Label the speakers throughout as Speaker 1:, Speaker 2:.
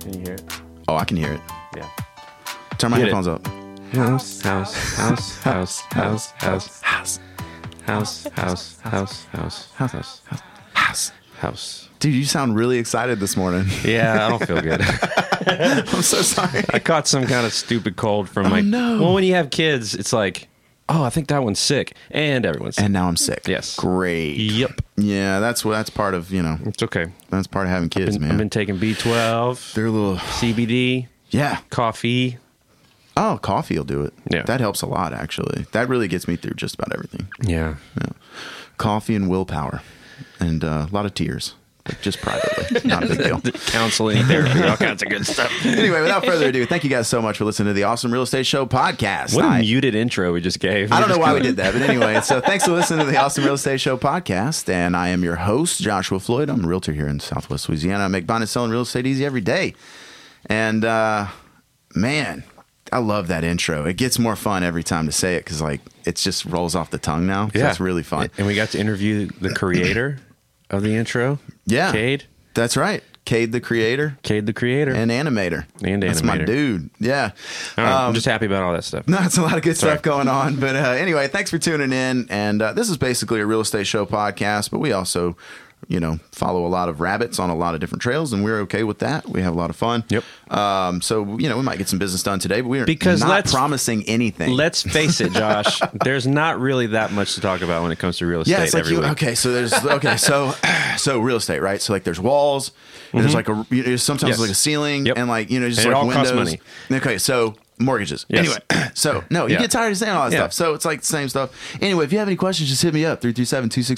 Speaker 1: Can you hear it?
Speaker 2: Oh, I can hear it.
Speaker 1: Yeah.
Speaker 2: Turn my
Speaker 1: Get it.
Speaker 2: headphones up.
Speaker 3: House, house, house, house, house, house, house, house, house, house, house, house,
Speaker 2: House.
Speaker 3: house.
Speaker 2: Dude, you sound really excited this morning.
Speaker 3: Yeah, I don't feel good.
Speaker 2: I'm so sorry.
Speaker 3: I caught some kind of stupid cold from my.
Speaker 2: Oh, no.
Speaker 3: Well, when you have kids, it's like, oh, I think that one's sick, and everyone's sick.
Speaker 2: And now I'm sick.
Speaker 3: Yes.
Speaker 2: Great.
Speaker 3: Yep,
Speaker 2: Yeah, that's what that's part of, you know,
Speaker 3: it's okay.
Speaker 2: that's part of having kids, man.
Speaker 3: I've been taking B twelve,
Speaker 2: They're a little
Speaker 3: CBD,
Speaker 2: Yeah.
Speaker 3: coffee.
Speaker 2: Oh, coffee'll do it.
Speaker 3: Yeah.
Speaker 2: That helps a lot actually. That really gets me through just about everything.
Speaker 3: Yeah,
Speaker 2: Coffee and willpower. And uh, a lot of tears. But just privately. Not a big deal.
Speaker 3: counseling, therapy, all kinds of good stuff.
Speaker 2: Anyway, without further ado, thank you guys so much for listening to the Awesome Real Estate Show podcast.
Speaker 3: What
Speaker 2: I-
Speaker 3: a muted intro we just gave.
Speaker 2: I don't know why we did that, but anyway, so thanks for listening to the Austin Real Estate Show podcast. And I am your host, Joshua Floyd. I'm a realtor here in Southwest Louisiana. I make buying and selling real estate easy every day. And uh, man, I love that intro. It gets more fun every time to say it because like it just rolls off the tongue now. So it's really fun.
Speaker 3: And we got to interview the creator of the intro.
Speaker 2: Yeah,
Speaker 3: Cade.
Speaker 2: that's right. Cade the creator
Speaker 3: Cade the creator.
Speaker 2: and animator.
Speaker 3: And
Speaker 2: That's my
Speaker 3: animator.
Speaker 2: dude. Yeah.
Speaker 3: I don't know,
Speaker 2: Um,
Speaker 3: I'm just happy about all that stuff.
Speaker 2: No, it's a lot of good stuff going on. But uh, anyway, thanks for tuning in. And uh, this is basically a real estate show podcast, but we also, you know, follow a lot of rabbits on a lot of different trails, and we're okay with that. We have a lot of fun.
Speaker 3: Yep.
Speaker 2: Um, so you know, we might get some business done today, but we're
Speaker 3: Because
Speaker 2: not
Speaker 3: let's-
Speaker 2: promising anything.
Speaker 3: Let's face it, Josh. there's not really that much to talk about when it comes to real estate.
Speaker 2: yeah, it's like
Speaker 3: every
Speaker 2: you.
Speaker 3: week.
Speaker 2: Okay, so there's okay, so so real estate, right? So like there's walls, and there's like a you know, sometimes
Speaker 3: Mm-hmm. Yes.
Speaker 2: like a ceiling,
Speaker 3: Yep.
Speaker 2: and like you know just
Speaker 3: And it
Speaker 2: like
Speaker 3: all
Speaker 2: windows.
Speaker 3: costs money.
Speaker 2: Okay, so mortgages.
Speaker 3: Yes.
Speaker 2: Anyway, so no, you
Speaker 3: Yeah.
Speaker 2: get tired of saying all that
Speaker 3: Yeah.
Speaker 2: stuff. So it's like the same stuff. Anyway, if you have any questions, just hit me up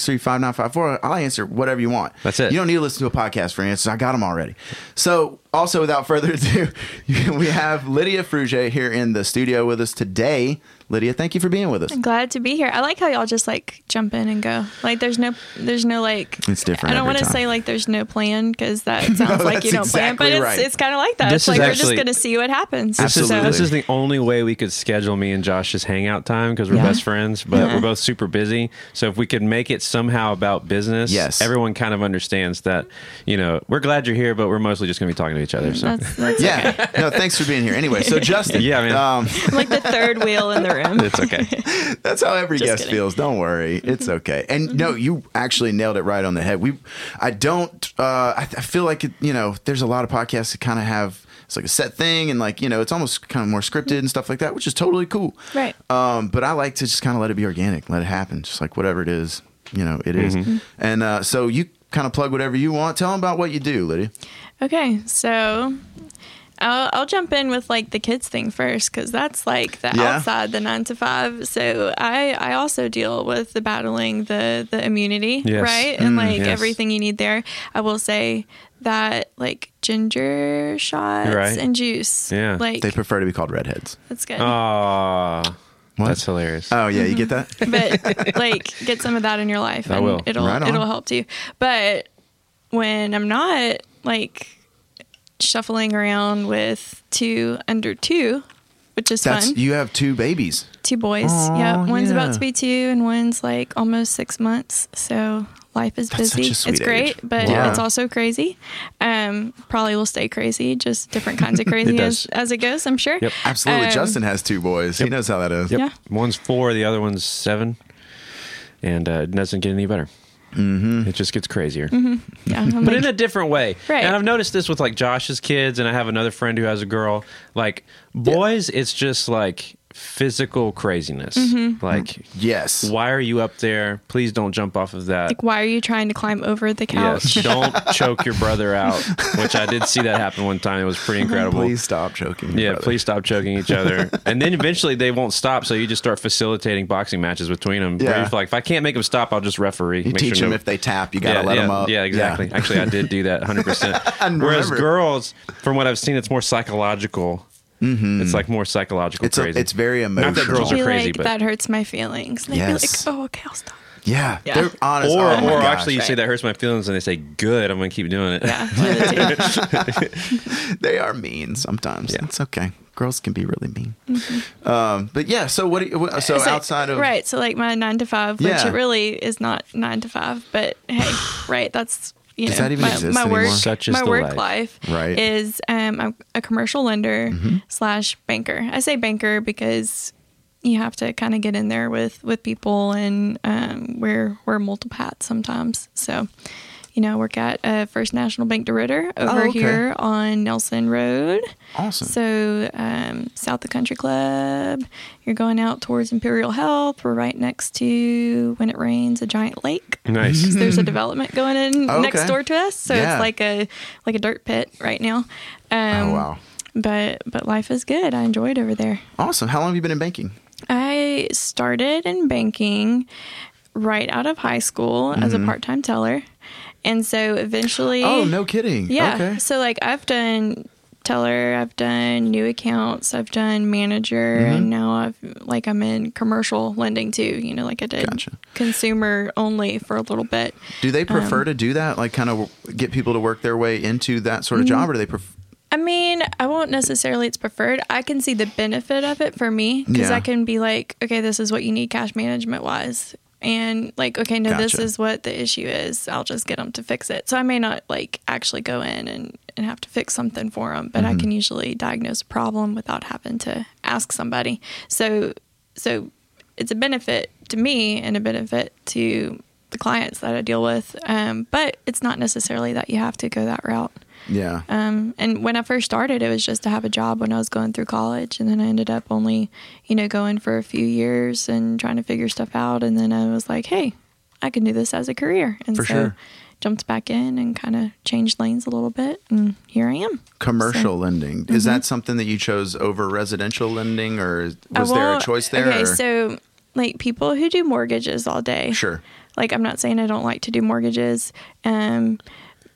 Speaker 2: 337-263-5954. I'll answer whatever you want.
Speaker 3: That's it.
Speaker 2: You don't need to listen to a podcast for answers. I got them already. So also, without further ado, we have Lydia Fruge here in the studio with us today. Lydia, thank you for being with us.
Speaker 4: I'm glad to be here. I like how y'all just like jump in and go. Like there's no there's no like
Speaker 2: It's different
Speaker 4: I don't
Speaker 2: every
Speaker 4: want to
Speaker 2: time.
Speaker 4: say like there's no plan because that sounds like
Speaker 2: that's
Speaker 4: you don't
Speaker 2: exactly
Speaker 4: plan, but
Speaker 2: right.
Speaker 4: it's it's kind of like that.
Speaker 3: This
Speaker 4: it's like
Speaker 3: is
Speaker 4: we're
Speaker 3: actually-
Speaker 4: just gonna see what happens.
Speaker 3: This is,
Speaker 2: Absolutely.
Speaker 3: this is the only way we could schedule me and Josh's hangout time because we're best friends, but we're both super busy. So if we could make it somehow about business,
Speaker 2: Yes.
Speaker 3: everyone kind of understands that. You know, we're glad you're here, but we're mostly just going to be talking to each other. So
Speaker 4: That's, that's
Speaker 2: Yeah. No, thanks for being here. Anyway, so Justin,
Speaker 3: Yeah, man.
Speaker 2: um,
Speaker 4: I'm like the third wheel in the room.
Speaker 3: it's okay.
Speaker 2: that's how every
Speaker 4: Just
Speaker 2: guest
Speaker 4: kidding. Mm-hmm.
Speaker 2: feels. Don't worry, it's okay. And no, you actually nailed it right on the head. We, I don't, uh, I, I feel like it, you know, there's a lot of podcasts that kind of have it's like a set thing, and like you know, it's almost kind of more scripted and stuff like that, which is totally cool.
Speaker 4: Right.
Speaker 2: Um, but I like to just kind of let it be organic, let it happen, just like whatever it is, you know, it is.
Speaker 3: Mm-hmm.
Speaker 4: Mm-hmm.
Speaker 2: And uh, so you kind of plug whatever you want. Tell them about what you do, Lydia.
Speaker 4: Okay, so I'll, I'll jump in with like the kids thing first because that's like the
Speaker 2: Yeah.
Speaker 4: outside, the nine to five. So I I also deal with the battling the the immunity,
Speaker 3: Yes. Mm,
Speaker 4: right, and like
Speaker 3: yes.
Speaker 4: everything you need there. I will say that like ginger shots
Speaker 3: You're right.
Speaker 4: and juice,
Speaker 3: Yeah. Oh,
Speaker 4: like
Speaker 2: They prefer to be called redheads.
Speaker 4: that's good.
Speaker 3: Aw, that's hilarious.
Speaker 2: Oh yeah, you
Speaker 4: Mm-hmm.
Speaker 2: get that?
Speaker 4: but like get some of that in your life
Speaker 3: I
Speaker 4: and
Speaker 3: will.
Speaker 4: it'll
Speaker 2: Right on.
Speaker 4: it'll help you but when i'm not like shuffling around with two under two which is
Speaker 2: That's
Speaker 4: fun
Speaker 2: you have two babies.
Speaker 4: two boys
Speaker 2: Aw,
Speaker 4: yep one's
Speaker 2: yeah.
Speaker 4: about to be two and one's like almost six months so life is
Speaker 2: That's such
Speaker 4: busy
Speaker 2: a sweet
Speaker 4: it's great
Speaker 2: age.
Speaker 4: but
Speaker 2: Wow.
Speaker 4: it's also crazy um probably will stay crazy just different kinds of crazy
Speaker 3: does.
Speaker 4: as, as it goes i'm sure
Speaker 3: Yep.
Speaker 2: Absolutely.
Speaker 4: Um,
Speaker 2: Justin has two boys. He knows how that is.
Speaker 4: yeah
Speaker 3: One's four, the other one's seven, and uh, it doesn't get any better. Mm-hmm. It just gets crazier,
Speaker 4: yeah I'm
Speaker 3: but
Speaker 4: like-
Speaker 3: in a different way.
Speaker 4: Right.
Speaker 3: And I've noticed this with like Josh's kids, and I have another friend who has a girl. Like boys, it's just like physical craziness.
Speaker 4: Mm-hmm.
Speaker 3: Like,
Speaker 2: Yes.
Speaker 3: why are you up there? Please don't jump off of that.
Speaker 4: like why are you trying to climb over the couch
Speaker 3: Yes, don't choke your brother out, which I did see that happen one time. It was pretty incredible.
Speaker 2: Please stop choking.
Speaker 3: Yeah,
Speaker 2: brother.
Speaker 3: please stop choking each other. and then eventually they won't stop, so you just start facilitating boxing matches between them.
Speaker 2: Yeah.
Speaker 3: Where you're like, if I can't make them stop, I'll just referee.
Speaker 2: You teach them if they tap, you gotta
Speaker 3: yeah,
Speaker 2: let
Speaker 3: yeah,
Speaker 2: them up.
Speaker 3: Yeah, exactly. Actually, I did do that 100%. Whereas
Speaker 2: remember.
Speaker 3: girls, from what I've seen, it's more psychological. Mm-hmm. It's like more psychological
Speaker 2: It's a-
Speaker 3: crazy.
Speaker 2: it's very
Speaker 3: Not that girls
Speaker 2: emotional.
Speaker 3: are
Speaker 4: be
Speaker 3: crazy,
Speaker 4: like,
Speaker 3: but.
Speaker 4: that hurts my feelings. And
Speaker 2: Yes.
Speaker 4: they'd be like, oh, okay, I'll stop.
Speaker 2: Yeah,
Speaker 4: Yeah.
Speaker 2: they're honest.
Speaker 3: Or,
Speaker 2: Oh my
Speaker 3: or
Speaker 2: gosh.
Speaker 3: actually, you say that hurts my feelings, and they say, "Good, I'm going to keep doing it."
Speaker 4: Yeah, one of the two.
Speaker 2: they are mean sometimes. It's okay. Girls can be really mean. Um, but yeah, so what? Do you, what- so
Speaker 4: It's like-
Speaker 2: outside of
Speaker 4: Mm-hmm. right, so like my nine to five, which
Speaker 2: Yeah.
Speaker 4: it really is not nine to five, but hey, right, that's you
Speaker 2: Does
Speaker 4: know,
Speaker 2: that even
Speaker 4: my,
Speaker 2: exist
Speaker 4: my
Speaker 2: anymore?
Speaker 4: work,
Speaker 3: Such is
Speaker 4: my
Speaker 3: the
Speaker 4: work
Speaker 3: life.
Speaker 4: life,
Speaker 2: Right. Mm-hmm.
Speaker 4: is um, I'm a commercial lender slash banker. I say banker because you have to kind of get in there with with people, and um, we're we're multiple hats sometimes. So, you know, I work at uh, First National Bank DeRitter over
Speaker 2: Oh, okay.
Speaker 4: here on Nelson Road.
Speaker 2: Awesome.
Speaker 4: So, um, South the Country Club, you're going out towards Imperial Health. We're right next to, when it rains, a giant lake.
Speaker 3: Nice.
Speaker 4: So there's a development going in
Speaker 2: Okay.
Speaker 4: next door to us, so
Speaker 2: Yeah.
Speaker 4: it's like a like a dirt pit right now. Um,
Speaker 2: oh wow.
Speaker 4: But but life is good. I enjoyed over there.
Speaker 2: Awesome. How long have you been in banking?
Speaker 4: I started in banking right out of high school as a part time teller, and so eventually,
Speaker 2: Mm-hmm. Oh, no kidding.
Speaker 4: Eh, yeah.
Speaker 2: Okay.
Speaker 4: So like I've done teller, I've done new accounts, I've done manager,
Speaker 2: Mm-hmm.
Speaker 4: and now I've like I'm in commercial lending too. You know, like I did
Speaker 2: Gotcha.
Speaker 4: consumer only for a little bit.
Speaker 2: Do they
Speaker 4: Um,
Speaker 2: prefer to do that, like kind of get people to work their way into that sort of
Speaker 4: Mm-hmm.
Speaker 2: job, or do they prefer?
Speaker 4: I mean, I won't necessarily it's preferred. I can see the benefit of it for me because
Speaker 2: Yeah.
Speaker 4: I can be like, okay, this is what you need cash management wise. And like, okay, no, this
Speaker 2: Gotcha.
Speaker 4: is what the issue is. I'll just get them to fix it. So I may not like actually go in and, and have to fix something for them,
Speaker 2: Mm-hmm.
Speaker 4: but I can usually diagnose a problem without having to ask somebody. So, so it's a benefit to me and a benefit to the clients that I deal with. Um, but it's not necessarily that you have to go that route.
Speaker 2: Yeah.
Speaker 4: Um, and when I first started, it was just to have a job when I was going through college, and then I ended up only, you know, going for a few years and trying to figure stuff out. And then I was like, hey, I can do this as a career, and
Speaker 2: For
Speaker 4: so
Speaker 2: sure.
Speaker 4: jumped back in and kind of changed lanes a little bit, and here I am.
Speaker 2: Commercial lending is
Speaker 4: mm-hmm.
Speaker 2: that something that you chose over residential lending, or is-
Speaker 4: I
Speaker 2: was there a
Speaker 4: won't-
Speaker 2: choice there?
Speaker 4: Uh, Okay,
Speaker 2: or-
Speaker 4: so like people who do mortgages all day,
Speaker 2: sure.
Speaker 4: like I'm not saying I don't like to do mortgages, um,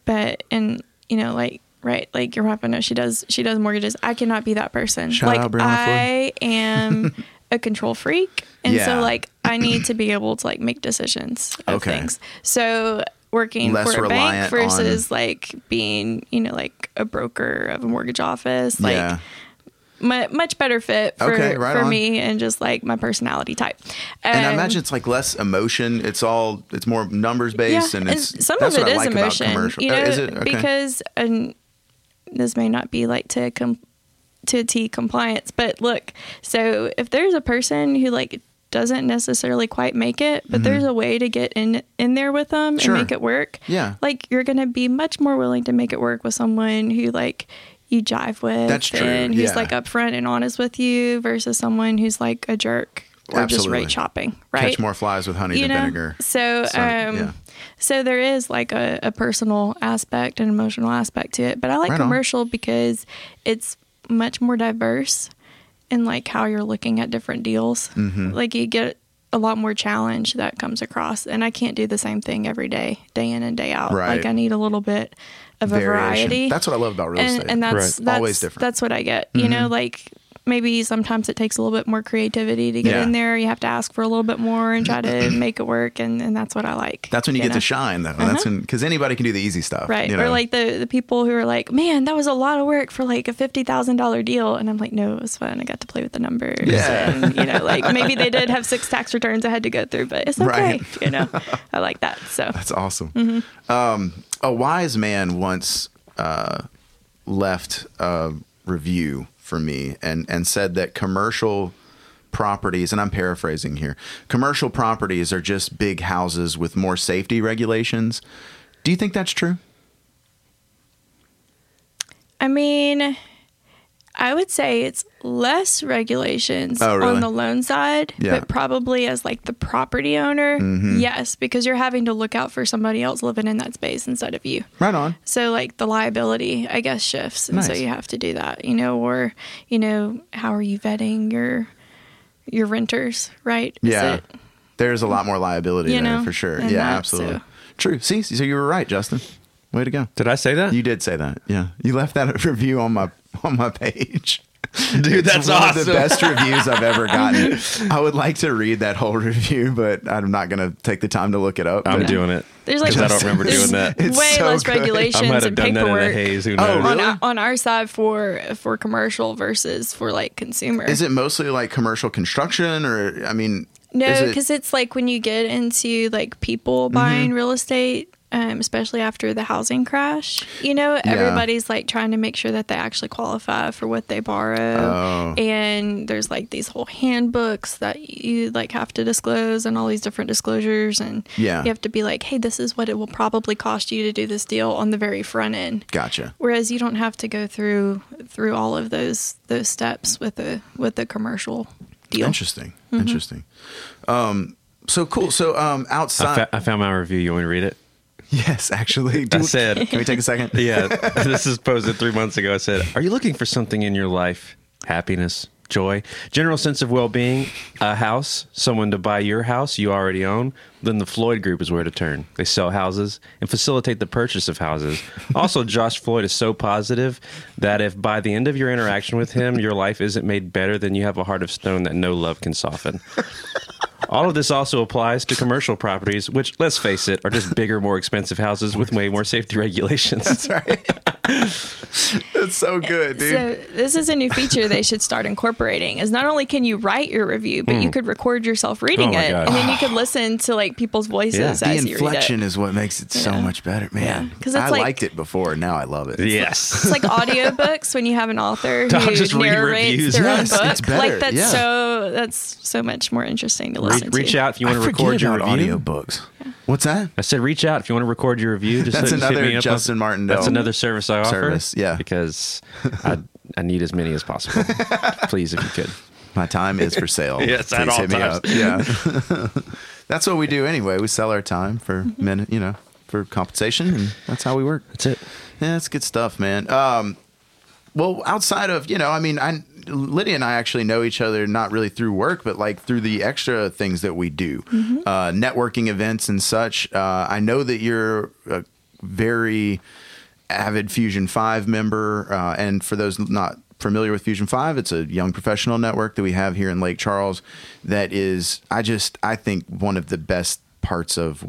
Speaker 4: but and you know like right like your wife I know she does she does mortgages. I cannot be that person.
Speaker 2: Shout
Speaker 4: like
Speaker 2: out Brianna
Speaker 4: I am a control freak, and
Speaker 2: Yeah.
Speaker 4: so like I need to be able to like make decisions of
Speaker 2: Okay.
Speaker 4: things. So working
Speaker 2: Less
Speaker 4: for a bank
Speaker 2: reliant on-
Speaker 4: versus like being you know like a broker of a mortgage office like
Speaker 2: yeah.
Speaker 4: mu- much better fit for,
Speaker 2: Okay, right
Speaker 4: for
Speaker 2: on.
Speaker 4: me and just like my personality type
Speaker 2: And I
Speaker 4: Um,
Speaker 2: imagine it's like less emotion. It's all it's more numbers based, and it's
Speaker 4: some
Speaker 2: that's
Speaker 4: of it
Speaker 2: what I
Speaker 4: is
Speaker 2: like
Speaker 4: emotion.
Speaker 2: About commercial.
Speaker 4: You
Speaker 2: Oh,
Speaker 4: know,
Speaker 2: is it okay?
Speaker 4: because and this may not be like to com- to a T compliance, but look, so if there's a person who like doesn't necessarily quite make it, but there's a way to get in in there with them
Speaker 2: Mm-hmm. Sure.
Speaker 4: and make it work.
Speaker 2: Yeah.
Speaker 4: like you're gonna be much more willing to make it work with someone who like you jive with
Speaker 2: That's true,
Speaker 4: and who's
Speaker 2: yeah.
Speaker 4: like upfront and honest with you versus someone who's like a jerk or just
Speaker 2: Absolutely.
Speaker 4: rate shopping, right?
Speaker 2: catch more flies with honey
Speaker 4: you
Speaker 2: than
Speaker 4: know
Speaker 2: vinegar.
Speaker 4: so
Speaker 2: So,
Speaker 4: um
Speaker 2: yeah.
Speaker 4: so there is like a, a personal aspect and emotional aspect to it but i like
Speaker 2: Right on.
Speaker 4: commercial because it's much more diverse in like how you're looking at different deals
Speaker 2: Mm-hmm.
Speaker 4: like you get a lot more challenge that comes across and i can't do the same thing every day day in and day out
Speaker 2: Right.
Speaker 4: like i need a little bit of a
Speaker 2: Variation.
Speaker 4: variety
Speaker 2: That's what I love about real
Speaker 4: and,
Speaker 2: estate.
Speaker 4: and that's,
Speaker 3: Right.
Speaker 4: that's
Speaker 2: Always different.
Speaker 4: That's what I get. You
Speaker 2: Mm-hmm.
Speaker 4: know, like maybe sometimes it takes a little bit more creativity to get
Speaker 2: Yeah. Mm-hmm.
Speaker 4: in there. You have to ask for a little bit more and try to make it work, and, and that's what I like.
Speaker 2: that's when you, get
Speaker 4: know?
Speaker 2: to shine, though. That's when because anybody can do the easy stuff,
Speaker 4: Uh-huh. Right.
Speaker 2: you
Speaker 4: Or
Speaker 2: know?
Speaker 4: like the, the people who are like, man, that was a lot of work for like a $50,000 deal. And I'm like, no, it was fun. I got to play with the numbers.
Speaker 2: Yeah.
Speaker 4: And, you know, like maybe they did have six tax returns I had to go through, but it's okay.
Speaker 2: Right.
Speaker 4: You know, I like that. So
Speaker 2: That's awesome. Um, a wise man once uh, left a review for me and, and said that commercial properties, and I'm paraphrasing here, commercial properties are just big houses with more safety regulations. Do you think that's true?
Speaker 4: I mean, I would say it's less regulations
Speaker 2: Oh, really?
Speaker 4: on the loan side,
Speaker 2: Yeah. Mm-hmm.
Speaker 4: but probably as like the property owner, yes, because you're having to look out for somebody else living in that space instead of you.
Speaker 2: Right on.
Speaker 4: So like the liability, I guess, shifts, and so
Speaker 2: Nice.
Speaker 4: you have to do that, you know, or you know, how are you vetting your your renters, right? Is
Speaker 2: Yeah.
Speaker 4: it-
Speaker 2: There's a lot more liability
Speaker 4: You
Speaker 2: there
Speaker 4: know,
Speaker 2: for sure.
Speaker 4: and
Speaker 2: Yeah,
Speaker 4: that,
Speaker 2: absolutely.
Speaker 4: so-
Speaker 2: True. See, so you were right, Justin. Way to go.
Speaker 3: Did I say that?
Speaker 2: You did say that. Yeah. You left that review on my on my page. Dude,
Speaker 3: that's
Speaker 2: one Of the
Speaker 3: awesome.
Speaker 2: best reviews I've ever gotten. I would like to read that whole review, but I'm not going to take the time to look it up.
Speaker 3: I'm
Speaker 2: But-
Speaker 3: doing it.
Speaker 4: There's like
Speaker 3: 'Cause I don't remember
Speaker 4: there's
Speaker 3: doing that.
Speaker 2: It's
Speaker 4: way
Speaker 2: so
Speaker 4: less
Speaker 2: good.
Speaker 4: regulations
Speaker 3: I might have
Speaker 4: and
Speaker 3: done that in
Speaker 4: paperwork.
Speaker 3: a haze. Who
Speaker 2: Oh,
Speaker 3: knows?
Speaker 2: really?
Speaker 4: on our, on our side for for commercial versus for like consumer.
Speaker 2: Is it mostly like commercial construction, or I mean,
Speaker 4: no,
Speaker 2: is it- Mm-hmm.
Speaker 4: because it's like when you get into like people buying real estate, um, especially after the housing crash. You know, everybody's like trying to make sure that they actually qualify for what they borrow,
Speaker 2: Oh.
Speaker 4: and there's like these whole handbooks that you like have to disclose, and all these different disclosures, and
Speaker 2: Yeah.
Speaker 4: you have to be like, hey, this is what it will probably cost you to do this deal on the very front end.
Speaker 2: Gotcha.
Speaker 4: Whereas you don't have to go through through all of those those steps with the with the commercial deal. Mm-hmm.
Speaker 2: Interesting. Interesting. Um, so cool. So um,
Speaker 3: I,
Speaker 2: outside,
Speaker 3: fa- I found my review. You want me to read it?
Speaker 2: yes, actually,
Speaker 3: I said-
Speaker 2: Can we take a second?
Speaker 3: Yeah, this is posted three months ago. I said, Are you looking for something in your life? Happiness, joy, general sense of well being, a house, someone to buy your house you already own? Then the Floyd Group is where to turn. They sell houses and facilitate the purchase of houses. Also, Josh Floyd is so positive that if by the end of your interaction with him, your life isn't made better, then you have a heart of stone that no love can soften. All of this also applies to commercial properties, which, let's face it, are just bigger, more expensive houses with way more safety regulations.
Speaker 2: That's so good, dude.
Speaker 4: So this is a new feature they should start incorporating. Is not only can you write your review, but you could record yourself reading
Speaker 3: Oh my
Speaker 4: it,
Speaker 3: God.
Speaker 4: and then you could listen to like people's voices
Speaker 2: the
Speaker 4: as you read it.
Speaker 2: inflection is what makes it so
Speaker 4: Yeah.
Speaker 2: much better, man.
Speaker 4: Yeah. 'Cause it's
Speaker 2: I
Speaker 4: like-
Speaker 2: liked it before, now I love it.
Speaker 3: Yes.
Speaker 4: It's like audiobooks when you have an author
Speaker 3: Dog,
Speaker 4: who
Speaker 3: just read
Speaker 4: narrates
Speaker 3: reviews.
Speaker 4: their
Speaker 2: Yes,
Speaker 4: own book.
Speaker 2: it's better,
Speaker 4: Like that's
Speaker 2: yeah.
Speaker 4: so that's so much more interesting to listen
Speaker 3: Reach, reach
Speaker 4: to.
Speaker 3: out if you want
Speaker 2: I
Speaker 3: to
Speaker 2: forget
Speaker 3: record your
Speaker 2: about
Speaker 3: review.
Speaker 2: audiobooks. What's that?
Speaker 3: I said, reach out if you want to record your review. Just
Speaker 2: That's
Speaker 3: hit- just hit
Speaker 2: another
Speaker 3: me up.
Speaker 2: Justin Martindale
Speaker 3: That's another service I offer.
Speaker 2: service, yeah.
Speaker 3: because I, I need as many as possible. Please, if you could.
Speaker 2: My time is for sale.
Speaker 3: Yes, at all times.
Speaker 2: Yeah. that's what we do anyway. We sell our time for men, you know, for compensation, and that's how we work.
Speaker 3: That's it.
Speaker 2: Yeah, that's good stuff, man. Um, well, outside of you know, I mean, I Lydia and I actually know each other not really through work, but like through the extra things that we do,
Speaker 4: Mm-hmm.
Speaker 2: uh, networking events and such. Uh, I know that you're a very avid Fusion Five member, uh, and for those not familiar with Fusion Five, it's a young professional network that we have here in Lake Charles. That is, I just I think one of the best parts of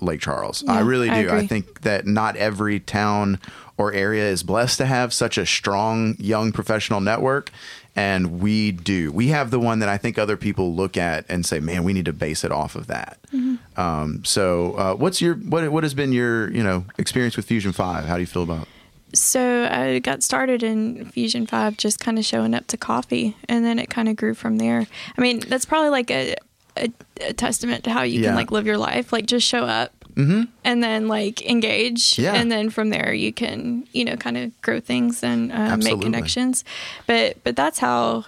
Speaker 2: Lake Charles. I
Speaker 4: Yeah,
Speaker 2: really do.
Speaker 4: I
Speaker 2: I
Speaker 4: agree.
Speaker 2: think think that not every town or area is blessed to have such a strong young professional network. And we do. We have the one that I think other people look at and say, "Man, we need to base it off of that."
Speaker 4: Mm-hmm.
Speaker 2: Um, so, uh, what's your what what has been your you know experience with Fusion Five? How do you feel about?
Speaker 4: So I got started in Fusion Five, just kind of showing up to coffee, and then it kind of grew from there. I mean, that's probably like a a, a testament to how you
Speaker 2: Yeah. Mm-hmm.
Speaker 4: can like live your life, like just show up. And then, like, engage.
Speaker 2: Yeah.
Speaker 4: And then from there, you can, you know, kind of grow things and uh, make
Speaker 2: Absolutely.
Speaker 4: connections. But, but that's how,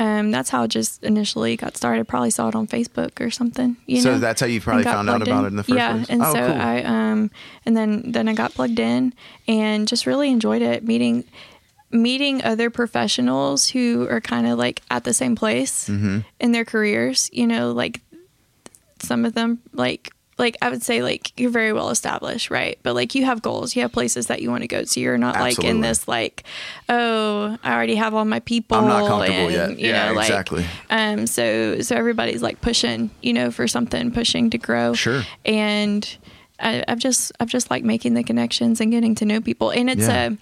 Speaker 4: um, that's how I just initially got started. Probably saw it on Facebook or something. You
Speaker 2: So
Speaker 4: know?
Speaker 2: that's how you probably
Speaker 4: and got
Speaker 2: found out
Speaker 4: plugged
Speaker 2: about it in the first
Speaker 4: yeah,
Speaker 2: place?
Speaker 4: and
Speaker 2: Oh,
Speaker 4: so
Speaker 2: cool.
Speaker 4: I um and then then I got plugged in and just really enjoyed it meeting meeting other professionals who are kind of like at the same place
Speaker 2: Mm-hmm.
Speaker 4: in their careers. You know, like some of them like like I would say like you're very well established, right? But like you have goals, you have places that you want to go to. You're not like in
Speaker 2: Absolutely.
Speaker 4: this like, oh, I already have all my people.
Speaker 2: I'm not comfortable
Speaker 4: and,
Speaker 2: yet.
Speaker 4: You
Speaker 2: Yeah,
Speaker 4: know, like,
Speaker 2: exactly.
Speaker 4: um, so so everybody's like pushing, you know, for something, pushing to grow.
Speaker 2: Sure.
Speaker 4: And I, I've just I've just like making the connections and getting to know people, and it's
Speaker 2: Yeah.
Speaker 4: a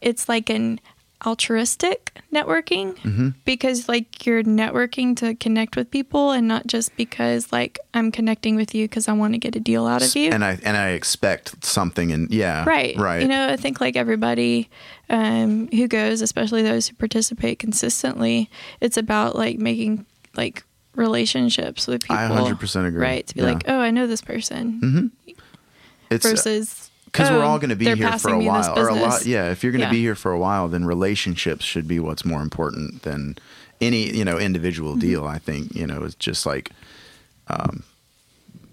Speaker 4: it's like an altruistic networking
Speaker 2: Mm-hmm.
Speaker 4: because like you're networking to connect with people and not just because like I'm connecting with you because I want to get a deal out of you.
Speaker 2: And I and I expect something, and yeah,
Speaker 4: Right.
Speaker 2: right.
Speaker 4: You know, I think like everybody um, who goes, especially those who participate consistently, it's about like making like relationships with people.
Speaker 2: I 100% agree.
Speaker 4: Right. To be
Speaker 2: Yeah.
Speaker 4: like, oh, I know this person
Speaker 2: it's
Speaker 4: versus
Speaker 2: because we're
Speaker 4: "Oh,
Speaker 2: all going to be
Speaker 4: they're
Speaker 2: here for
Speaker 4: passing
Speaker 2: a
Speaker 4: me this
Speaker 2: while or a lot
Speaker 4: business."
Speaker 2: yeah if you're going to
Speaker 4: Yeah.
Speaker 2: be here for a while then relationships should be what's more important than any you know individual
Speaker 4: Mm-hmm.
Speaker 2: deal i think you know it's just like um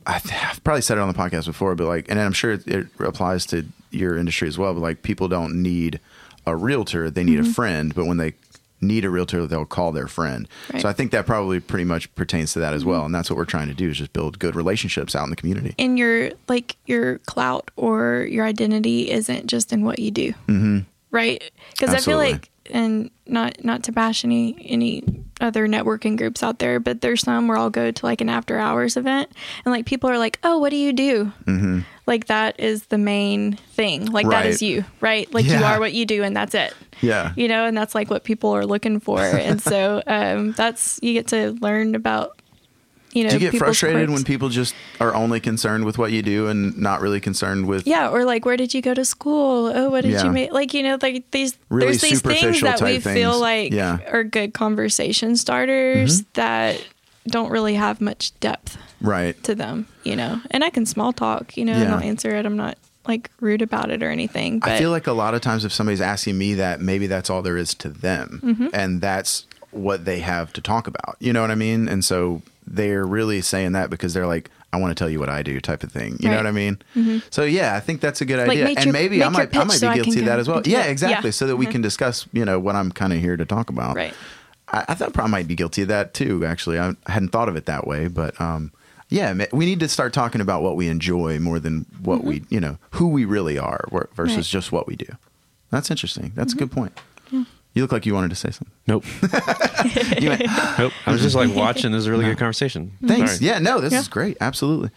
Speaker 2: I th- i've probably said it on the podcast before but like and i'm sure it, it applies to your industry as well but like people don't need a realtor they
Speaker 4: Mm-hmm.
Speaker 2: need a friend but when they need a realtor they'll call their friend
Speaker 4: Right. Mm-hmm.
Speaker 2: so i think that probably pretty much pertains to that as well and that's what we're trying to do is just build good relationships out in the community
Speaker 4: And your like your clout or your identity isn't just in what you do. Mm-hmm. Right. Because I feel
Speaker 2: Absolutely.
Speaker 4: like and not not to bash any any other networking groups out there, but there's some where I'll go to like an after hours event and like people are like, oh, what do you do? Mm-hmm. Like that is the main thing. Like that is
Speaker 2: Right.
Speaker 4: you, right? Like you
Speaker 2: Yeah.
Speaker 4: are what you do, and that's it.
Speaker 2: Yeah.
Speaker 4: You know, and that's like what people are looking for, and so um, that's you get to learn about you know,
Speaker 2: do you get
Speaker 4: people's
Speaker 2: frustrated
Speaker 4: quirks.
Speaker 2: when people just are only concerned with what you do and not really concerned with
Speaker 4: Yeah, or like, where did you go to school? Oh, what did
Speaker 2: Yeah.
Speaker 4: you make? Like, you know, like these.
Speaker 2: Really
Speaker 4: there's these things
Speaker 2: superficial
Speaker 4: that we
Speaker 2: type things.
Speaker 4: feel like
Speaker 2: Yeah. Mm-hmm.
Speaker 4: are good conversation starters that don't really have much depth
Speaker 2: right?
Speaker 4: to them, you know. And I can small talk, you know, and
Speaker 2: Yeah.
Speaker 4: I'll answer it. I'm not like rude about it or anything. But
Speaker 2: I feel like a lot of times if somebody's asking me that, maybe that's all there is to them,
Speaker 4: Mm-hmm.
Speaker 2: and that's what they have to talk about. You know what I mean? And so they're really saying that because they're like, "I want to tell you what I do," type of thing. You know
Speaker 4: Right. Mm-hmm.
Speaker 2: what I mean? So yeah, I think that's a good idea,
Speaker 4: make
Speaker 2: and
Speaker 4: your-
Speaker 2: maybe
Speaker 4: make
Speaker 2: I
Speaker 4: your
Speaker 2: might I
Speaker 4: pitch
Speaker 2: might
Speaker 4: so I
Speaker 2: be
Speaker 4: can
Speaker 2: guilty of
Speaker 4: go
Speaker 2: that as well.
Speaker 4: into
Speaker 2: Yeah,
Speaker 4: it.
Speaker 2: exactly.
Speaker 4: Yeah. Mm-hmm.
Speaker 2: So that we can discuss, you know, what I'm kind of here to talk about.
Speaker 4: Right.
Speaker 2: I, I thought probably might be guilty of that too. Actually, I hadn't thought of it that way, but um, yeah, ma- we need to start talking about what we enjoy more than what we, you know, who we really are wor- versus
Speaker 4: Right.
Speaker 2: just what we do. That's interesting. That's a good point. You look like you wanted to say something.
Speaker 3: Nope.
Speaker 2: You went,
Speaker 3: Nope. I was just like watching. This is a really good conversation.
Speaker 2: Thanks.
Speaker 3: Sorry.
Speaker 2: Yeah, no, this
Speaker 4: Yeah.
Speaker 2: is great. Absolutely.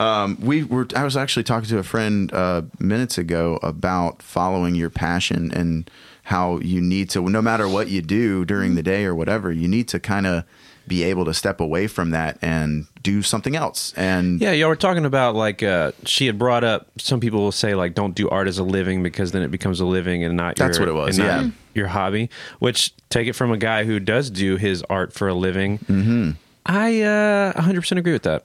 Speaker 2: Um, we were. I was actually talking to a friend uh, minutes ago about following your passion and how you need to, no matter what you do during the day or whatever, you need to kind of be able to step away from that and do something else. And
Speaker 3: Yeah, y'all were talking about like uh, she had brought up. Some people will say like, don't do art as a living because then it becomes a living and not.
Speaker 2: That's
Speaker 3: your,
Speaker 2: what it was,
Speaker 3: and not
Speaker 2: yeah.
Speaker 3: your hobby. Which take it from a guy who does do his art for a living. Mm-hmm. I uh, 100% agree with that.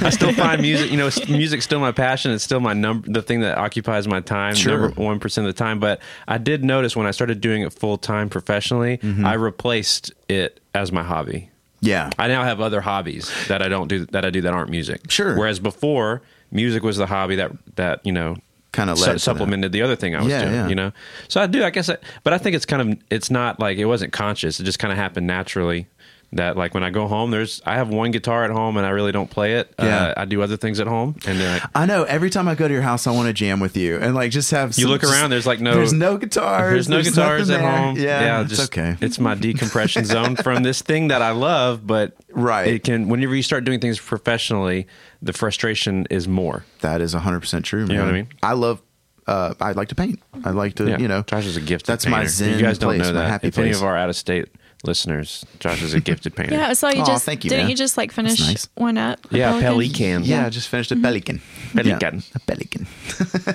Speaker 3: I still find music, you know, s- music's still my passion. It's still my number, the thing that occupies my time,
Speaker 2: Sure.
Speaker 3: number one percent of the time. But I did notice when I started doing it full time professionally,
Speaker 2: Mm-hmm.
Speaker 3: I replaced it as my hobby.
Speaker 2: yeah,
Speaker 3: I now have other hobbies that I don't do that I do that aren't music.
Speaker 2: Sure.
Speaker 3: Whereas before, music was the hobby that that you know
Speaker 2: Kinda led to that.
Speaker 3: supplemented the other thing I was
Speaker 2: Yeah,
Speaker 3: doing.
Speaker 2: yeah.
Speaker 3: You know, so I do. I guess, I, but I think it's kind of it's not like it wasn't conscious. It just kind of happened naturally. That like when I go home, there's I have one guitar at home and I really don't play it.
Speaker 2: Yeah.
Speaker 3: Uh, I do other things at home and they're like.
Speaker 2: I know. Every time I go to your house, I want to jam with you and like just have.
Speaker 3: You
Speaker 2: some-
Speaker 3: look around. There's like no.
Speaker 2: There's no guitars.
Speaker 3: There's no guitars at
Speaker 2: nothing there.
Speaker 3: home.
Speaker 2: Yeah,
Speaker 3: yeah
Speaker 2: it's
Speaker 3: just,
Speaker 2: okay.
Speaker 3: It's my decompression zone from this thing that I love, but
Speaker 2: Right.
Speaker 3: It can whenever you start doing things professionally, the frustration is more.
Speaker 2: That is 100% true, man.
Speaker 3: know what I mean?
Speaker 2: I love, uh, I like to paint. I like to,
Speaker 3: Yeah.
Speaker 2: you know.
Speaker 3: Josh is a gifted.
Speaker 2: That's
Speaker 3: painter.
Speaker 2: my zen
Speaker 3: You guys don't
Speaker 2: place,
Speaker 3: know that.
Speaker 2: my happy
Speaker 3: if
Speaker 2: place.
Speaker 3: any of our out of state listeners, Josh is a gifted painter.
Speaker 4: yeah, so you
Speaker 2: Aw,
Speaker 4: just
Speaker 2: thank you,
Speaker 4: didn't
Speaker 2: man.
Speaker 4: you just like
Speaker 2: That's
Speaker 4: finish
Speaker 2: nice.
Speaker 4: one up? Oh,
Speaker 3: yeah,
Speaker 4: Pelican?
Speaker 3: Pelican.
Speaker 2: yeah, I just finished a pelican.
Speaker 3: Pelican.
Speaker 2: Yeah, a pelican.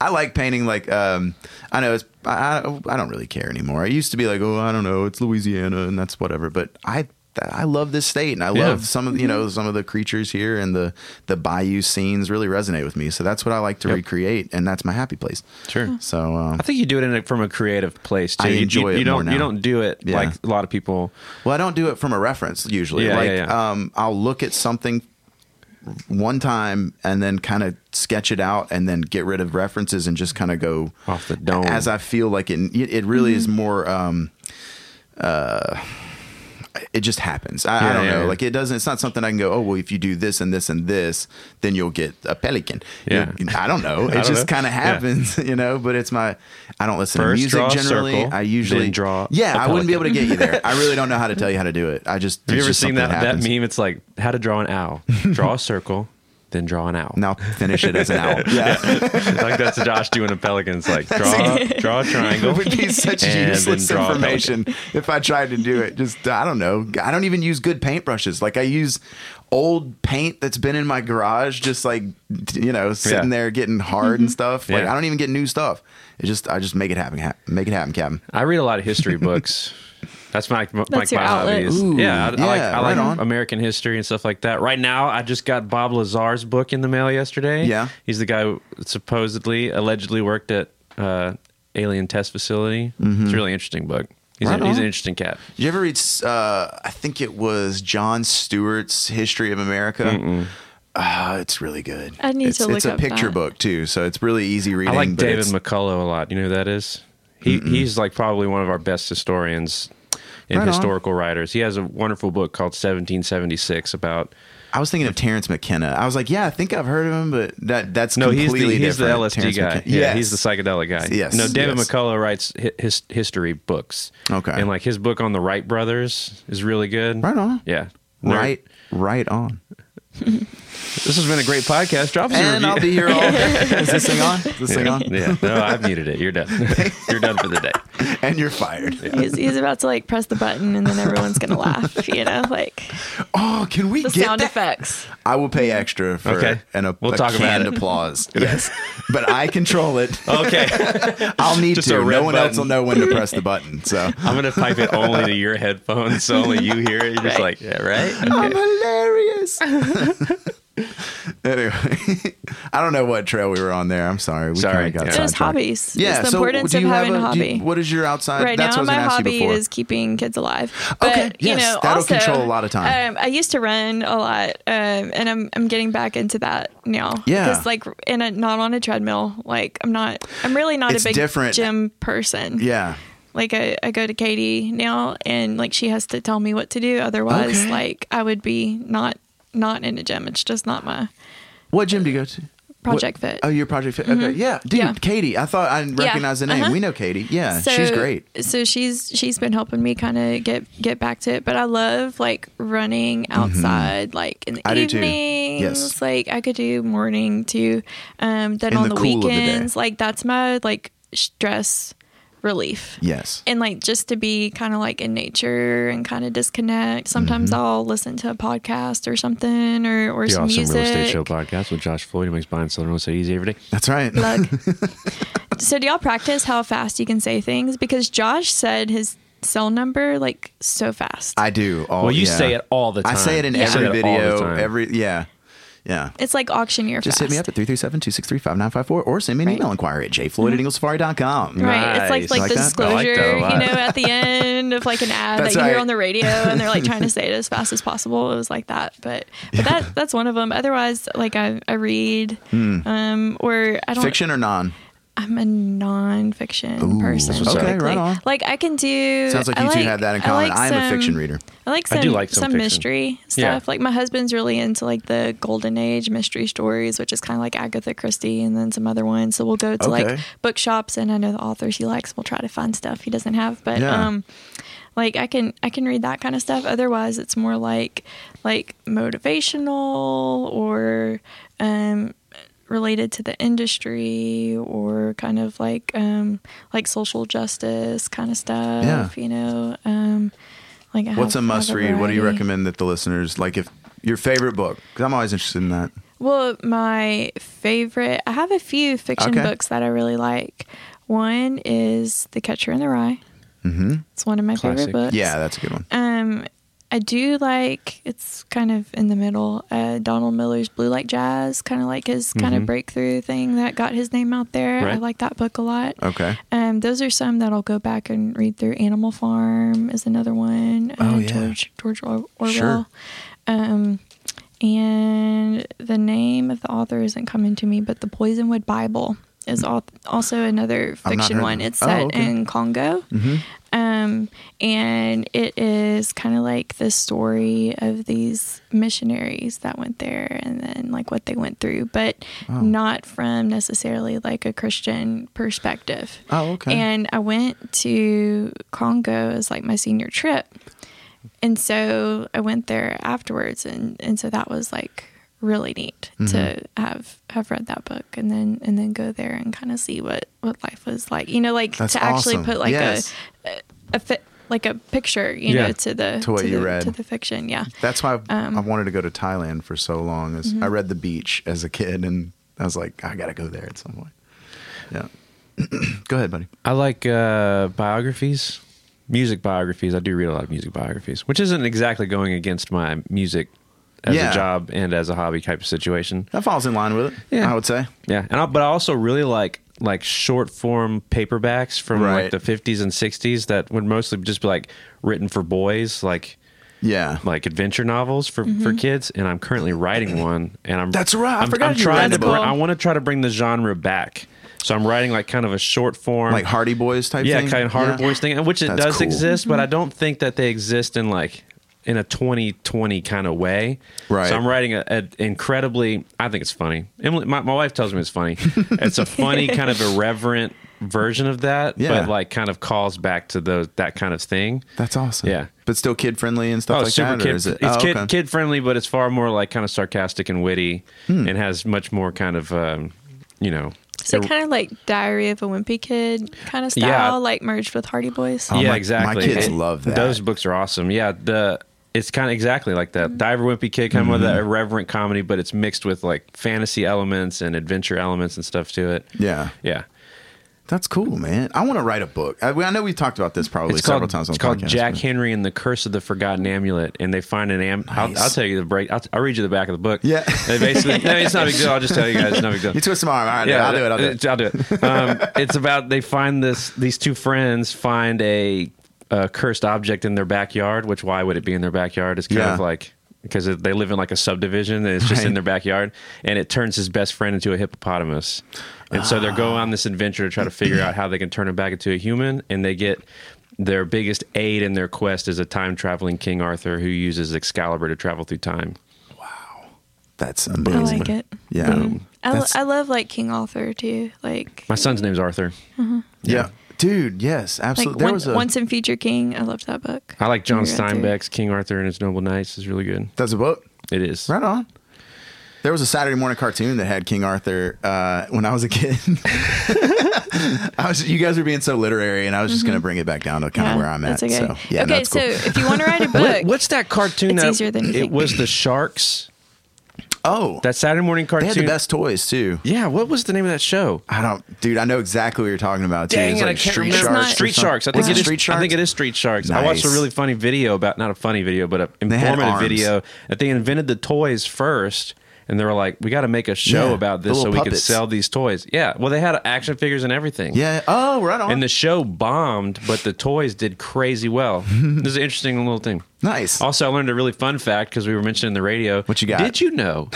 Speaker 2: I like painting like, um, I know it's, I, I I don't really care anymore. I used to be like, oh, I don't know, it's Louisiana and that's whatever. But I, I love this state and I
Speaker 3: Yeah.
Speaker 2: love some of, you know, some of the creatures here and the, the bayou scenes really resonate with me. So that's what I like to
Speaker 3: Yep.
Speaker 2: recreate. And that's my happy place.
Speaker 3: Sure.
Speaker 2: So, um,
Speaker 3: I think you do it in a, from a creative place too.
Speaker 2: I
Speaker 3: You- you-
Speaker 2: enjoy
Speaker 3: you,
Speaker 2: it
Speaker 3: don't,
Speaker 2: more now.
Speaker 3: You don't do it
Speaker 2: Yeah.
Speaker 3: like a lot of people.
Speaker 2: Well, I don't do it from a reference usually.
Speaker 3: Yeah,
Speaker 2: like
Speaker 3: yeah, yeah.
Speaker 2: Um, I'll look at something one time and then kind of sketch it out and then get rid of references and just kind of go
Speaker 3: Off the dome.
Speaker 2: as I feel like it. It really is more. Um, uh, it just happens. I, I
Speaker 3: Yeah,
Speaker 2: don't
Speaker 3: yeah,
Speaker 2: know.
Speaker 3: yeah.
Speaker 2: Like it doesn't. It's not something I can go. Oh well, if you do this and this and this, then you'll get a pelican.
Speaker 3: Yeah.
Speaker 2: You- I don't know. It
Speaker 3: don't
Speaker 2: just
Speaker 3: know.
Speaker 2: kind of
Speaker 3: Yeah.
Speaker 2: happens, you know. But it's my. I don't listen
Speaker 3: First
Speaker 2: to music
Speaker 3: draw a
Speaker 2: generally.
Speaker 3: circle,
Speaker 2: I usually
Speaker 3: then draw
Speaker 2: Yeah,
Speaker 3: a
Speaker 2: I wouldn't be able
Speaker 3: pelican.
Speaker 2: to get you there. I really don't know how to tell you how to do it. I just
Speaker 3: Have you
Speaker 2: it's
Speaker 3: ever
Speaker 2: just
Speaker 3: seen that
Speaker 2: something
Speaker 3: that
Speaker 2: happens.
Speaker 3: meme? It's like how to draw an owl. Draw a circle, then draw an owl.
Speaker 2: Now finish it as an owl. Yeah,
Speaker 3: like that's Josh doing a pelicans. Like draw, draw a triangle.
Speaker 2: it would be such
Speaker 3: And then
Speaker 2: useless
Speaker 3: draw a pelican.
Speaker 2: information if I tried to do it. Just I don't know. I don't even use good paintbrushes. Like I use old paint that's been in my garage, just like you know, sitting
Speaker 3: Yeah.
Speaker 2: there getting hard and stuff. Like
Speaker 3: Yeah.
Speaker 2: I don't even get new stuff. It just I just make it happen. hap- Make it happen, Captain.
Speaker 3: I read a lot of history books. That's my my,
Speaker 4: That's
Speaker 3: my
Speaker 4: your outlet.
Speaker 3: hobbies.
Speaker 2: Ooh,
Speaker 3: yeah, I, I like
Speaker 2: yeah,
Speaker 3: I like
Speaker 2: right on.
Speaker 3: American history and stuff like that. Right now, I just got Bob Lazar's book in the mail yesterday.
Speaker 2: Yeah.
Speaker 3: he's the guy who supposedly allegedly worked at uh, alien test facility. It's a really interesting book. He's,
Speaker 2: Mm-hmm. Right
Speaker 3: a, he's
Speaker 2: on.
Speaker 3: an interesting cat.
Speaker 2: Did you ever read? Uh, I think it was John Stewart's History of America. Uh, it's really good.
Speaker 4: I need
Speaker 2: it's,
Speaker 4: to
Speaker 2: It's
Speaker 4: look
Speaker 2: a
Speaker 4: up
Speaker 2: picture
Speaker 4: that.
Speaker 2: book too, so it's really easy reading.
Speaker 3: I like
Speaker 2: but
Speaker 3: David
Speaker 2: it's-
Speaker 3: McCullough a lot. You know who that is? He he's like probably one of our best historians and
Speaker 2: Right on.
Speaker 3: historical writers. He has a wonderful book called 1776 about
Speaker 2: I was thinking of Terrence McKenna. I was like, yeah, I think I've heard of him, but that that's
Speaker 3: No, he's
Speaker 2: completely
Speaker 3: the he's the
Speaker 2: different.
Speaker 3: LSD
Speaker 2: Terrence
Speaker 3: guy.
Speaker 2: McKenna.
Speaker 3: Yeah,
Speaker 2: Yes.
Speaker 3: he's the psychedelic guy.
Speaker 2: Yes,
Speaker 3: No, David
Speaker 2: yes.
Speaker 3: McCullough writes hi- his history books.
Speaker 2: Okay.
Speaker 3: and like his book on the Wright brothers is really good.
Speaker 2: Right on.
Speaker 3: Yeah, Nerd-
Speaker 2: right, right on.
Speaker 3: This has been a great podcast. Drop us a
Speaker 2: And
Speaker 3: review.
Speaker 2: I'll be here all Is this thing on? Is this thing
Speaker 3: yeah,
Speaker 2: on?
Speaker 3: yeah. No, I've muted it. You're done. You're done for the day.
Speaker 2: And you're fired.
Speaker 4: He's, he's about to like press the button and then everyone's gonna laugh, you know, like
Speaker 2: Oh, can we
Speaker 4: the
Speaker 2: get
Speaker 4: sound
Speaker 2: that?
Speaker 4: effects.
Speaker 2: I will pay extra for
Speaker 3: Okay.
Speaker 2: an a,
Speaker 3: We'll
Speaker 2: a
Speaker 3: talk about
Speaker 2: canned
Speaker 3: it.
Speaker 2: applause. yes, but I control it.
Speaker 3: Okay.
Speaker 2: I'll need
Speaker 3: Just
Speaker 2: to.
Speaker 3: a
Speaker 2: No
Speaker 3: red
Speaker 2: one else
Speaker 3: button.
Speaker 2: will know when to press the button. So
Speaker 3: I'm gonna pipe it only to your headphones, so only you hear it. You're just like, yeah, right.
Speaker 2: I'm
Speaker 3: Okay.
Speaker 2: hilarious. anyway, I don't know what trail we were on there. I'm sorry. We
Speaker 3: Sorry.
Speaker 2: kinda got
Speaker 3: Yeah.
Speaker 4: Just
Speaker 2: sidetracked.
Speaker 4: hobbies.
Speaker 2: Yeah.
Speaker 4: It's the
Speaker 2: so
Speaker 4: importance
Speaker 2: do
Speaker 4: of
Speaker 2: you have
Speaker 4: having a
Speaker 2: a- do you-
Speaker 4: hobby.
Speaker 2: what is your outside?
Speaker 4: right
Speaker 2: Uh, that's
Speaker 4: now
Speaker 2: what I
Speaker 4: my
Speaker 2: was gonna ask you
Speaker 4: hobby
Speaker 2: before.
Speaker 4: is keeping kids alive but
Speaker 2: Okay,
Speaker 4: you
Speaker 2: yes,
Speaker 4: know
Speaker 2: that'll
Speaker 4: also,
Speaker 2: control a lot of time.
Speaker 4: um, i used to run a lot um, and I'm, I'm getting back into that now
Speaker 2: Yeah.
Speaker 4: because like in a not on a treadmill like i'm not i'm really not
Speaker 2: It's
Speaker 4: a big
Speaker 2: different.
Speaker 4: gym person
Speaker 2: yeah.
Speaker 4: like I, I go to katie now and like she has to tell me what to do otherwise
Speaker 2: Okay.
Speaker 4: like i would be not not in a gym it's just not my
Speaker 2: What gym do you go to?
Speaker 4: Project
Speaker 2: What-
Speaker 4: Fit. Mm-hmm.
Speaker 2: Oh, you're Project Fit. Okay, yeah, dude,
Speaker 4: Yeah.
Speaker 2: Katie. I thought I recognized the name.
Speaker 4: Uh-huh.
Speaker 2: We know Katie. Yeah, she's great.
Speaker 4: So she's she's been helping me kind of get get back to it. But I love like running outside, like in the
Speaker 2: Mm-hmm. I do too.
Speaker 4: evenings.
Speaker 2: Yes.
Speaker 4: Like I could do morning too. Um, then
Speaker 2: In
Speaker 4: on
Speaker 2: the
Speaker 4: the,
Speaker 2: cool of the day.
Speaker 4: weekends, like that's my like stress relief.
Speaker 2: Yes.
Speaker 4: And like just to be kind of like in nature and kind of disconnect. Sometimes
Speaker 2: Mm-hmm.
Speaker 4: I'll listen to a podcast or something or or
Speaker 3: The
Speaker 4: some
Speaker 3: awesome
Speaker 4: music.
Speaker 3: real estate show podcast with Josh Floyd who makes buying and selling real estate easy every day.
Speaker 2: That's right.
Speaker 4: Plug. so do y'all practice how fast you can say things? Because Josh said his cell number like so fast.
Speaker 2: I do. All,
Speaker 3: Well, you
Speaker 2: Oh, yeah.
Speaker 3: say it all the
Speaker 2: I say
Speaker 3: time.
Speaker 2: it in
Speaker 3: You say
Speaker 2: every
Speaker 3: it all the
Speaker 2: video.
Speaker 3: time.
Speaker 2: Every yeah, yeah.
Speaker 4: it's like auctioneer
Speaker 2: Just hit
Speaker 4: fast.
Speaker 2: me up at 337-263-5954 or send me an
Speaker 4: Right.
Speaker 2: email inquiry at jfloyd at eaglesafari.com.
Speaker 4: Right, it's like
Speaker 3: Nice.
Speaker 4: like,
Speaker 2: Like
Speaker 4: the
Speaker 2: that? I
Speaker 3: like
Speaker 4: disclosure,
Speaker 3: that a lot.
Speaker 4: you know, at the end of like an ad
Speaker 2: That's
Speaker 4: that you
Speaker 2: right.
Speaker 4: hear on the radio, and they're like trying to say it as fast as possible. It was like that, but but that that's one of them. Otherwise, like I, I read, um, or I don't.
Speaker 2: Hmm. Fiction or non?
Speaker 4: I'm a nonfiction person.
Speaker 2: what's up. Okay,
Speaker 4: typically.
Speaker 2: right on.
Speaker 4: Like I can do.
Speaker 2: Sounds like
Speaker 4: Uh, I
Speaker 2: you two have that in
Speaker 4: I
Speaker 2: common.
Speaker 4: like
Speaker 2: I am a
Speaker 4: some-
Speaker 2: fiction reader.
Speaker 4: I like
Speaker 3: I
Speaker 4: some
Speaker 3: do like some
Speaker 4: some,
Speaker 3: fiction.
Speaker 4: mystery stuff.
Speaker 3: Yeah.
Speaker 4: Like my husband's really into like the golden age mystery stories, which is kind of like Agatha Christie and then some other ones. So we'll go to like
Speaker 2: Okay.
Speaker 4: bookshops and I know the authors he likes. We'll try to find stuff he doesn't have, but
Speaker 2: Yeah.
Speaker 4: um like I can I can read that kind of stuff. Otherwise, it's more like like motivational or um related to the industry or kind of like um like social justice kind of stuff,
Speaker 2: Yeah.
Speaker 4: you know. Um like I
Speaker 2: What's a
Speaker 4: have- I have
Speaker 2: must read? What do you
Speaker 4: variety.
Speaker 2: recommend that the listeners like if your favorite book? Because I'm always interested in that.
Speaker 4: Well, my favorite, I have a few fiction
Speaker 2: Okay.
Speaker 4: books that I really like. One is The Catcher in the Rye. Mm-hmm. It's one of my
Speaker 3: Classic.
Speaker 4: favorite books.
Speaker 2: Yeah, that's a good one.
Speaker 4: Um, I do like it's kind of in the middle. Uh, Donald Miller's Blue Like Jazz, kind of like his kind of breakthrough thing that got his name out there. I
Speaker 3: Mm-hmm. Right.
Speaker 4: like that book a lot.
Speaker 2: Okay.
Speaker 4: Um, those are some that I'll go back and read through. Animal Farm is another one. Uh,
Speaker 2: Oh, yeah.
Speaker 4: George George or- Orwell.
Speaker 2: Sure.
Speaker 4: Um, and the name of the author isn't coming to me, but the Poisonwood Bible is al- also another
Speaker 2: I've not
Speaker 4: fiction
Speaker 2: heard
Speaker 4: one.
Speaker 2: of-
Speaker 4: It's
Speaker 2: oh,
Speaker 4: set
Speaker 2: okay. Mm-hmm.
Speaker 4: in Congo. Um, and it is kind of like the story of these missionaries that went there and then like what they went through, but
Speaker 2: Oh.
Speaker 4: not from necessarily like a Christian perspective.
Speaker 2: Oh, okay.
Speaker 4: And I went to Congo as like my senior trip. And so I went there afterwards and, and so that was like really neat to
Speaker 2: Mm-hmm.
Speaker 4: have have read that book and then and then go there and kind of see what what life was like. You know, like
Speaker 2: That's
Speaker 4: to actually
Speaker 2: awesome.
Speaker 4: put like
Speaker 2: Yes.
Speaker 4: a a, a fi- like a picture, you
Speaker 3: Yeah.
Speaker 4: know, to the
Speaker 2: To what you
Speaker 4: the,
Speaker 2: read.
Speaker 4: to the fiction. Yeah.
Speaker 2: That's why I've-
Speaker 4: um,
Speaker 2: I wanted to go to Thailand for so long.
Speaker 4: Mm-hmm.
Speaker 2: Is I read The Beach as a kid, and I was like, I gotta go there at some point. Yeah. go ahead, buddy.
Speaker 3: I like uh, biographies, music biographies. I do read a lot of music biographies, which isn't exactly going against my music as
Speaker 2: Yeah.
Speaker 3: a job and as a hobby type of situation.
Speaker 2: That falls in line with it.
Speaker 3: Yeah.
Speaker 2: I would say.
Speaker 3: Yeah, and I, but I also really like like short form paperbacks from
Speaker 2: Right.
Speaker 3: like the 50s and 60s that would mostly just be like written for boys, like
Speaker 2: Yeah.
Speaker 3: like adventure novels for, for kids, and I'm currently writing one. And I'm
Speaker 2: That's right. I
Speaker 3: I'm,
Speaker 2: forgot
Speaker 3: I'm
Speaker 2: you
Speaker 3: trying
Speaker 2: read
Speaker 3: to
Speaker 2: the
Speaker 3: bring,
Speaker 2: book.
Speaker 3: I want to try to bring the genre back. So I'm writing like kind of a short form,
Speaker 2: like Hardy Boys type.
Speaker 3: yeah,
Speaker 2: thing?
Speaker 3: kind of harder
Speaker 2: Yeah.
Speaker 3: boys thing, and which it
Speaker 2: That's
Speaker 3: does
Speaker 2: cool.
Speaker 3: exist, but I don't think that they exist in like in a 2020 kind of way.
Speaker 2: Right.
Speaker 3: So I'm writing a, a incredibly, I think it's funny. Emily, my, my wife tells me it's funny. it's a funny kind of irreverent version of that,
Speaker 2: Yeah.
Speaker 3: but like kind of calls back to the that kind of thing.
Speaker 2: That's awesome.
Speaker 3: Yeah.
Speaker 2: But still kid friendly and stuff
Speaker 3: Oh,
Speaker 2: like
Speaker 3: super
Speaker 2: that?
Speaker 3: kid!
Speaker 2: Or is it?
Speaker 3: It's
Speaker 2: oh,
Speaker 3: kid
Speaker 2: okay.
Speaker 3: kid friendly, but it's far more like kind of sarcastic and witty,
Speaker 2: Hmm.
Speaker 3: and has much more kind of um, you know.
Speaker 4: So
Speaker 3: er-
Speaker 4: kind of like Diary of a Wimpy Kid kind of style,
Speaker 3: Yeah.
Speaker 4: like merged with Hardy Boys.
Speaker 2: Oh,
Speaker 3: yeah,
Speaker 2: my- my
Speaker 3: exactly.
Speaker 2: kids
Speaker 3: It-
Speaker 2: love that.
Speaker 3: Those books are awesome. Yeah, the it's kind of exactly like that. Diver Wimpy Kid, kind of with
Speaker 2: Mm-hmm.
Speaker 3: that irreverent comedy, but it's mixed with like fantasy elements and adventure elements and stuff to it.
Speaker 2: Yeah.
Speaker 3: Yeah,
Speaker 2: That's cool, man. I want to write a book. I, I know we've talked about this probably
Speaker 3: it's
Speaker 2: several
Speaker 3: called
Speaker 2: times on
Speaker 3: it's
Speaker 2: the
Speaker 3: called
Speaker 2: podcast,
Speaker 3: Jack
Speaker 2: but-
Speaker 3: Henry and the Curse of the Forgotten Amulet, and they find an am.
Speaker 2: Nice.
Speaker 3: I'll, I'll tell you the break. I'll, I'll read you the back of the book.
Speaker 2: Yeah.
Speaker 3: they basically no, it's not a big deal. I'll just tell you guys, it's not a big deal.
Speaker 2: You twist them arm. All right, I'll do it. I'll do it.
Speaker 3: I'll do it. Um, it's about they find this. These two friends find a, a cursed object in their backyard. Which why would it be in their backyard? It's kind
Speaker 2: Yeah.
Speaker 3: of like because they live in like a subdivision and it's just
Speaker 2: Right.
Speaker 3: in their backyard. And it turns his best friend into a hippopotamus. And so they're going on this adventure to try to figure out how they can turn him back into a human. And they get. Their biggest aid in their quest is a time traveling King Arthur who uses Excalibur to travel through time.
Speaker 2: That's
Speaker 4: I
Speaker 2: amazing.
Speaker 4: like it. Mm.
Speaker 2: Yeah.
Speaker 4: I, lo-
Speaker 2: That's-
Speaker 4: I love like King Arthur too. Like
Speaker 3: My son's name's Arthur.
Speaker 2: yeah. Dude, yes,
Speaker 4: like
Speaker 2: absolutely. there
Speaker 4: Once-
Speaker 2: was a,
Speaker 4: Once and Future King. I loved that book.
Speaker 3: I like John
Speaker 4: We read through.
Speaker 3: Steinbeck's King Arthur and His Noble Knights is really good.
Speaker 2: that's a book.
Speaker 3: It is.
Speaker 2: Right on. There was a Saturday morning cartoon that had King Arthur uh, when I was a kid. I was, you guys were being so literary, and I was just going to bring it back down to kind
Speaker 4: Mm-hmm. Yeah,
Speaker 2: of where I'm at.
Speaker 4: that's okay.
Speaker 2: So yeah,
Speaker 4: okay,
Speaker 2: that's cool.
Speaker 4: so if you want to write a book,
Speaker 3: What, what's that cartoon?
Speaker 4: It's
Speaker 3: that,
Speaker 4: easier than you
Speaker 3: it
Speaker 4: think.
Speaker 3: was the Sharks.
Speaker 2: oh,
Speaker 3: That Saturday morning
Speaker 2: they
Speaker 3: cartoon.
Speaker 2: had the best toys too.
Speaker 3: Yeah, what was the name of that show?
Speaker 2: I don't, dude. I know exactly what you're talking about. Too. It's like street
Speaker 4: remember.
Speaker 2: sharks.
Speaker 4: It's
Speaker 2: or
Speaker 4: not-
Speaker 3: Street
Speaker 2: something.
Speaker 3: Sharks. I think
Speaker 2: Is
Speaker 3: it is.
Speaker 2: Street Sharks.
Speaker 3: I think it is Street Sharks. I watched a
Speaker 2: Nice.
Speaker 3: really funny video about not a funny video, but an
Speaker 2: had
Speaker 3: informative
Speaker 2: arms.
Speaker 3: video that they invented the toys first, and they were like, "We got to make a show
Speaker 2: Yeah,
Speaker 3: about
Speaker 2: the
Speaker 3: this so
Speaker 2: little
Speaker 3: we could
Speaker 2: puppets.
Speaker 3: sell these toys." Yeah, well, they had action figures and everything.
Speaker 2: Yeah. Oh, right on.
Speaker 3: and the show bombed, but the toys did crazy well. this is an interesting little thing.
Speaker 2: nice.
Speaker 3: Also, I learned a really fun fact because we were mentioning the radio.
Speaker 2: What you got?
Speaker 3: Did you know?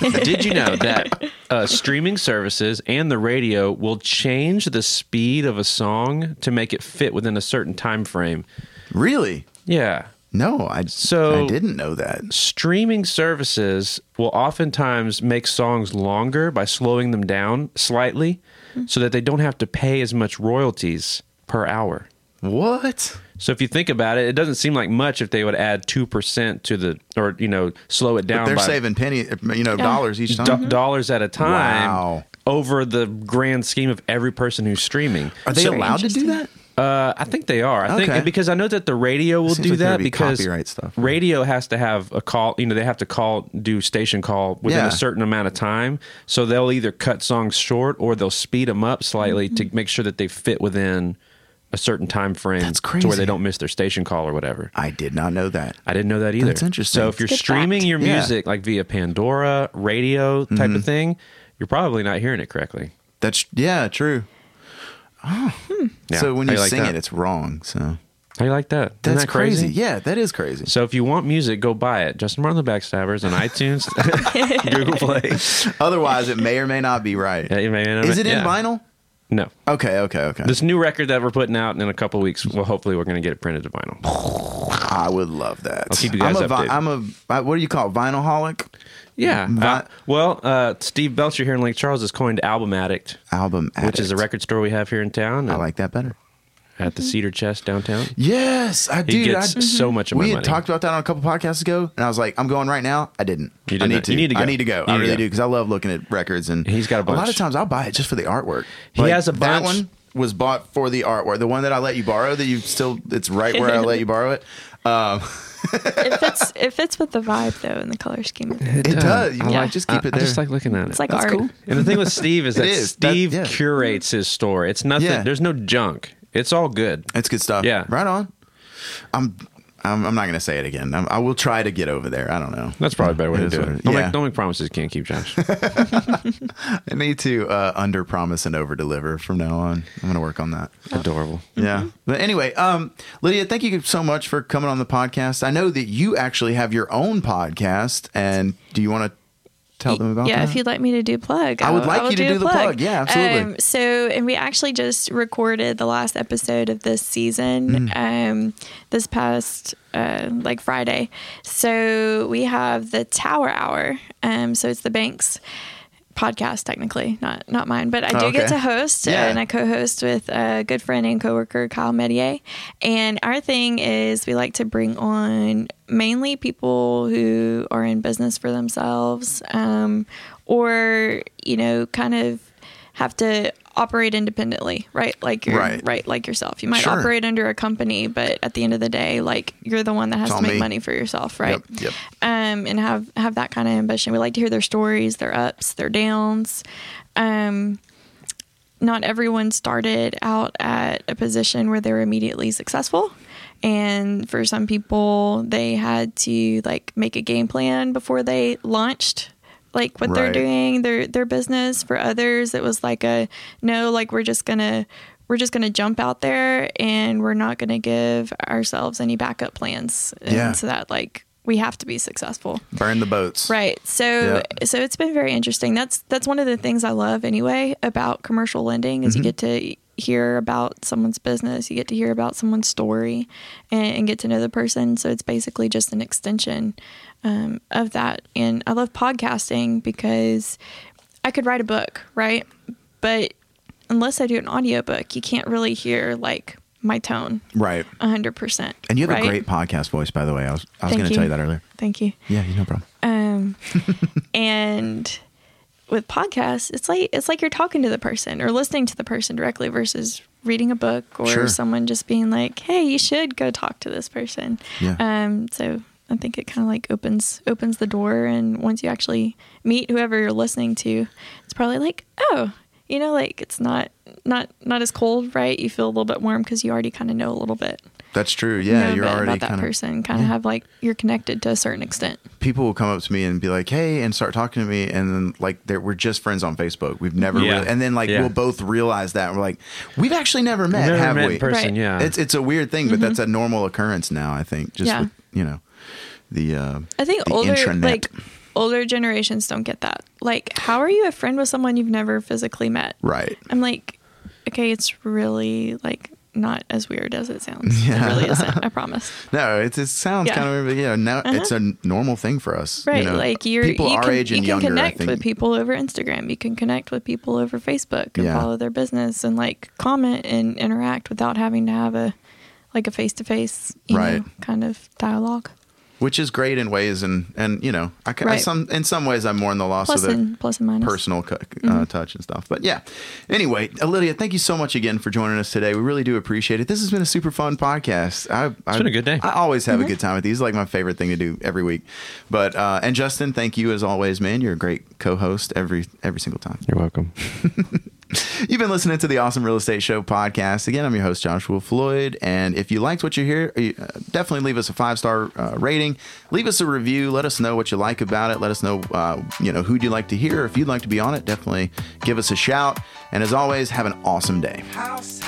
Speaker 3: did you know that uh, streaming services and the radio will change the speed of a song to make it fit within a certain time frame?
Speaker 2: Really?
Speaker 3: Yeah.
Speaker 2: No, I
Speaker 3: So-
Speaker 2: I didn't know that.
Speaker 3: Streaming services will oftentimes make songs longer by slowing them down slightly so that they don't have to pay as much royalties per hour.
Speaker 2: What?
Speaker 3: So if you think about it, it doesn't seem like much if they would add 2% to the, or, you know, slow it down.
Speaker 2: They're
Speaker 3: by,
Speaker 2: saving penny, you know, dollars each time.
Speaker 3: do- dollars at a time
Speaker 2: Wow.
Speaker 3: over the grand scheme of every person who's streaming.
Speaker 2: Are they
Speaker 3: So,
Speaker 2: allowed to do that?
Speaker 3: Uh, I think they are. I
Speaker 2: Okay.
Speaker 3: think because I know that the radio will
Speaker 2: Seems
Speaker 3: do
Speaker 2: like there'd
Speaker 3: that
Speaker 2: be
Speaker 3: because
Speaker 2: copyright stuff.
Speaker 3: radio has to have a call. You know, they have to call do station call within
Speaker 2: Yeah.
Speaker 3: a certain amount of time. So they'll either cut songs short or they'll speed them up slightly to make sure that they fit within a certain time frame
Speaker 2: That's
Speaker 3: to where
Speaker 2: crazy.
Speaker 3: they don't miss their station call or whatever.
Speaker 2: I did not know that.
Speaker 3: I didn't know that either.
Speaker 2: That's interesting.
Speaker 3: So if you're
Speaker 4: Good
Speaker 3: streaming
Speaker 4: fact.
Speaker 3: your
Speaker 2: Yeah. Mm-hmm.
Speaker 3: music like via Pandora, radio type of thing, you're probably not hearing it correctly.
Speaker 2: That's yeah, true.
Speaker 3: Yeah.
Speaker 2: So when
Speaker 3: How
Speaker 2: you
Speaker 3: like
Speaker 2: sing
Speaker 3: that?
Speaker 2: it, it's wrong. So
Speaker 3: how you like that? Isn't
Speaker 2: that's
Speaker 3: that crazy?
Speaker 2: Yeah, that is crazy.
Speaker 3: So if you want music, go buy it. Justin Martin and the Backstabbers on iTunes, Google Play.
Speaker 2: Otherwise, it may or may not be right.
Speaker 3: Yeah, it may not-
Speaker 2: is it in
Speaker 3: yeah.
Speaker 2: vinyl?
Speaker 3: No,
Speaker 2: Okay, okay, okay.
Speaker 3: this new record that we're putting out in a couple weeks. Well, hopefully, we're going to get it printed to vinyl.
Speaker 2: I would love that.
Speaker 3: I'll keep you guys
Speaker 2: I'm a,
Speaker 3: updated.
Speaker 2: I'm a I- what do you call it? vinyl holic?
Speaker 3: Yeah.
Speaker 2: Vi-
Speaker 3: Uh, well, uh, Steve Belcher here in Lake Charles has coined Album Addict,
Speaker 2: Album,
Speaker 3: which is a
Speaker 2: addict.
Speaker 3: record store we have here in town.
Speaker 2: I like that better.
Speaker 3: at
Speaker 4: Mm-hmm.
Speaker 3: the Cedar Chest downtown.
Speaker 2: Yes, I
Speaker 3: He
Speaker 2: do.
Speaker 3: gets so much of my
Speaker 2: we had
Speaker 3: money.
Speaker 2: talked about that on a couple podcasts ago, and I was like, "I'm going right now." I didn't.
Speaker 3: You
Speaker 2: I
Speaker 3: did
Speaker 2: need
Speaker 3: not.
Speaker 2: to.
Speaker 3: You need to
Speaker 2: I
Speaker 3: go.
Speaker 2: need to go.
Speaker 3: You
Speaker 2: I
Speaker 3: need to
Speaker 2: really
Speaker 3: go.
Speaker 2: do because I love looking at records, and
Speaker 3: He's got a
Speaker 2: lot
Speaker 3: bunch.
Speaker 2: of times I'll buy it just for the artwork.
Speaker 3: He has a
Speaker 2: That
Speaker 3: bunch.
Speaker 2: one was bought for the artwork. The one that I let you borrow, that you still, it's right where I let you borrow it. Um,
Speaker 4: it fits it fits with the vibe though and the color scheme of it.
Speaker 2: it does. You
Speaker 3: I
Speaker 2: like,
Speaker 4: like-
Speaker 2: just keep
Speaker 3: I-
Speaker 2: it there.
Speaker 3: I just like looking at it.
Speaker 4: It's like
Speaker 2: That's
Speaker 4: art.
Speaker 2: cool.
Speaker 3: And the thing with Steve is that
Speaker 2: is. That-
Speaker 3: Steve
Speaker 2: yeah.
Speaker 3: curates his store. It's nothing.
Speaker 2: Yeah.
Speaker 3: There's no junk. It's all good.
Speaker 2: It's good stuff.
Speaker 3: Yeah.
Speaker 2: right on. I'm. I'm, I'm not going to say it again. I'm, I will try to get over there. I don't know.
Speaker 3: That's probably a better way to
Speaker 2: is
Speaker 3: do
Speaker 2: what
Speaker 3: it.
Speaker 2: it-
Speaker 3: Don't,
Speaker 2: yeah.
Speaker 3: make, don't make promises you can't keep, Josh.
Speaker 2: I need to uh, under promise and over deliver from now on. I'm going to work on that.
Speaker 3: Adorable.
Speaker 2: Yeah. But anyway, um, Lydia, thank you so much for coming on the podcast. I know that you actually have your own podcast, and do you want to tell them about
Speaker 4: yeah,
Speaker 2: that?
Speaker 4: if you'd like me to do plug, I
Speaker 2: would
Speaker 4: will-
Speaker 2: like
Speaker 4: will
Speaker 2: you to do
Speaker 4: a
Speaker 2: the plug. Yeah, absolutely.
Speaker 4: Um, so, and we actually just recorded the last episode of this
Speaker 2: Hmm.
Speaker 4: season um, this past uh, like Friday. So we have the Tower Hour. Um, so it's the Banks podcast technically, not not mine, but I do
Speaker 2: Oh,
Speaker 4: get
Speaker 2: okay.
Speaker 4: to host uh,
Speaker 2: Yeah.
Speaker 4: and I co-host with a good friend and coworker Kyle Medier. And our thing is we like to bring on mainly people who are in business for themselves um, or you know kind of have to operate independently, right? Like you're
Speaker 2: Right.
Speaker 4: right, like yourself. You might
Speaker 2: Sure.
Speaker 4: operate under a company, but at the end of the day, like you're the one that has
Speaker 2: all
Speaker 4: to make
Speaker 2: me.
Speaker 4: money for yourself, right?
Speaker 2: Yep, yep.
Speaker 4: um, and have have that kind of ambition. We like to hear their stories, their ups, their downs. Um, not everyone started out at a position where they were immediately successful. And for some people, they had to like make a game plan before they launched like what
Speaker 2: Right.
Speaker 4: they're doing, their their business. For others, it was like a no, like we're just going to we're just going to jump out there and we're not going to give ourselves any backup plans.
Speaker 2: Yeah.
Speaker 4: And so that like we have to be successful.
Speaker 2: Burn the boats.
Speaker 4: Right. So so it's been very interesting. That's that's one of the things I love anyway about commercial lending is you
Speaker 2: Mm-hmm.
Speaker 4: get to hear about someone's business, you get to hear about someone's story and, and get to know the person. So it's basically just an extension um, of that. And I love podcasting because I could write a book, right? But unless I do an audiobook, you can't really hear like my tone
Speaker 2: Right.
Speaker 4: hundred percent.
Speaker 2: And you have
Speaker 4: right?
Speaker 2: a great podcast voice, by the way. I was I was
Speaker 4: Thank
Speaker 2: going to tell
Speaker 4: you.
Speaker 2: you that earlier.
Speaker 4: thank you.
Speaker 2: Yeah, you no problem.
Speaker 4: Um, and with podcasts, it's like it's like you're talking to the person or listening to the person directly versus reading a book or
Speaker 2: Sure.
Speaker 4: someone just being like, "Hey, you should go talk to this person."
Speaker 2: Yeah.
Speaker 4: Um, so I think it kind of like opens opens the door, and once you actually meet whoever you're listening to, it's probably like, "Oh." You know, like it's not not not as cold, right? You feel a little bit warm because you already kind of know a little bit.
Speaker 2: That's true. Yeah,
Speaker 4: know a
Speaker 2: you're
Speaker 4: bit
Speaker 2: already
Speaker 4: about that
Speaker 2: kind of
Speaker 4: person. Kind of have like you're connected to a certain extent.
Speaker 2: people will come up to me and be like, "Hey," and start talking to me, and then like they're, we're just friends on Facebook. We've never,
Speaker 3: Yeah.
Speaker 2: really, and then like
Speaker 3: Yeah.
Speaker 2: we'll both realize that and we're like, we've actually never met,
Speaker 3: Never
Speaker 2: have
Speaker 3: met in
Speaker 2: we?
Speaker 3: person,
Speaker 4: Right. Mm-hmm.
Speaker 3: yeah.
Speaker 2: It's it's a weird thing, but that's a normal occurrence now. I think just
Speaker 4: Yeah.
Speaker 2: with, you know the uh,
Speaker 4: I think
Speaker 2: the
Speaker 4: older
Speaker 2: intranet.
Speaker 4: like older generations don't get that. Like, how are you a friend with someone you've never physically met?
Speaker 2: right.
Speaker 4: I'm like, okay, it's really like not as weird as it sounds.
Speaker 2: Yeah.
Speaker 4: It really isn't. I promise.
Speaker 2: No, it, it sounds
Speaker 4: Yeah. Uh-huh.
Speaker 2: kind of weird, but you know, now it's a normal thing for us.
Speaker 4: Right.
Speaker 2: you know,
Speaker 4: like you're
Speaker 2: people
Speaker 4: you
Speaker 2: our
Speaker 4: can,
Speaker 2: age
Speaker 4: you
Speaker 2: and
Speaker 4: can
Speaker 2: younger. I
Speaker 4: connect
Speaker 2: think
Speaker 4: with people over Instagram. You can connect with people over Facebook and
Speaker 2: Yeah.
Speaker 4: follow their business and like comment and interact without having to have a like a face to face,
Speaker 2: Right.
Speaker 4: kind of dialogue.
Speaker 2: which is great in ways, and and you know, I, ca- I
Speaker 4: Right.
Speaker 2: some in some ways I'm more in the loss
Speaker 4: Plus
Speaker 2: of the
Speaker 4: and plus and minus.
Speaker 2: personal cu- uh, touch and stuff. But yeah. Anyway, Lydia, thank you so much again for joining us today. We really do appreciate it. This has been a super fun podcast. I, it's
Speaker 3: been a good day.
Speaker 2: I always have a good time with these. It's like my favorite thing to do every week. But uh, and Justin, thank you as always, man. You're a great co-host every every single time.
Speaker 3: You're welcome.
Speaker 2: You've been listening to the Awesome Real Estate Show podcast. Again, I'm your host, Joshua Floyd. And if you liked what you hear, you, uh, definitely leave us a five star uh, rating. Leave us a review. Let us know what you like about it. Let us know, uh, you know, who'd you like to hear. If you'd like to be on it, definitely give us a shout. And as always, have an awesome day.
Speaker 1: house,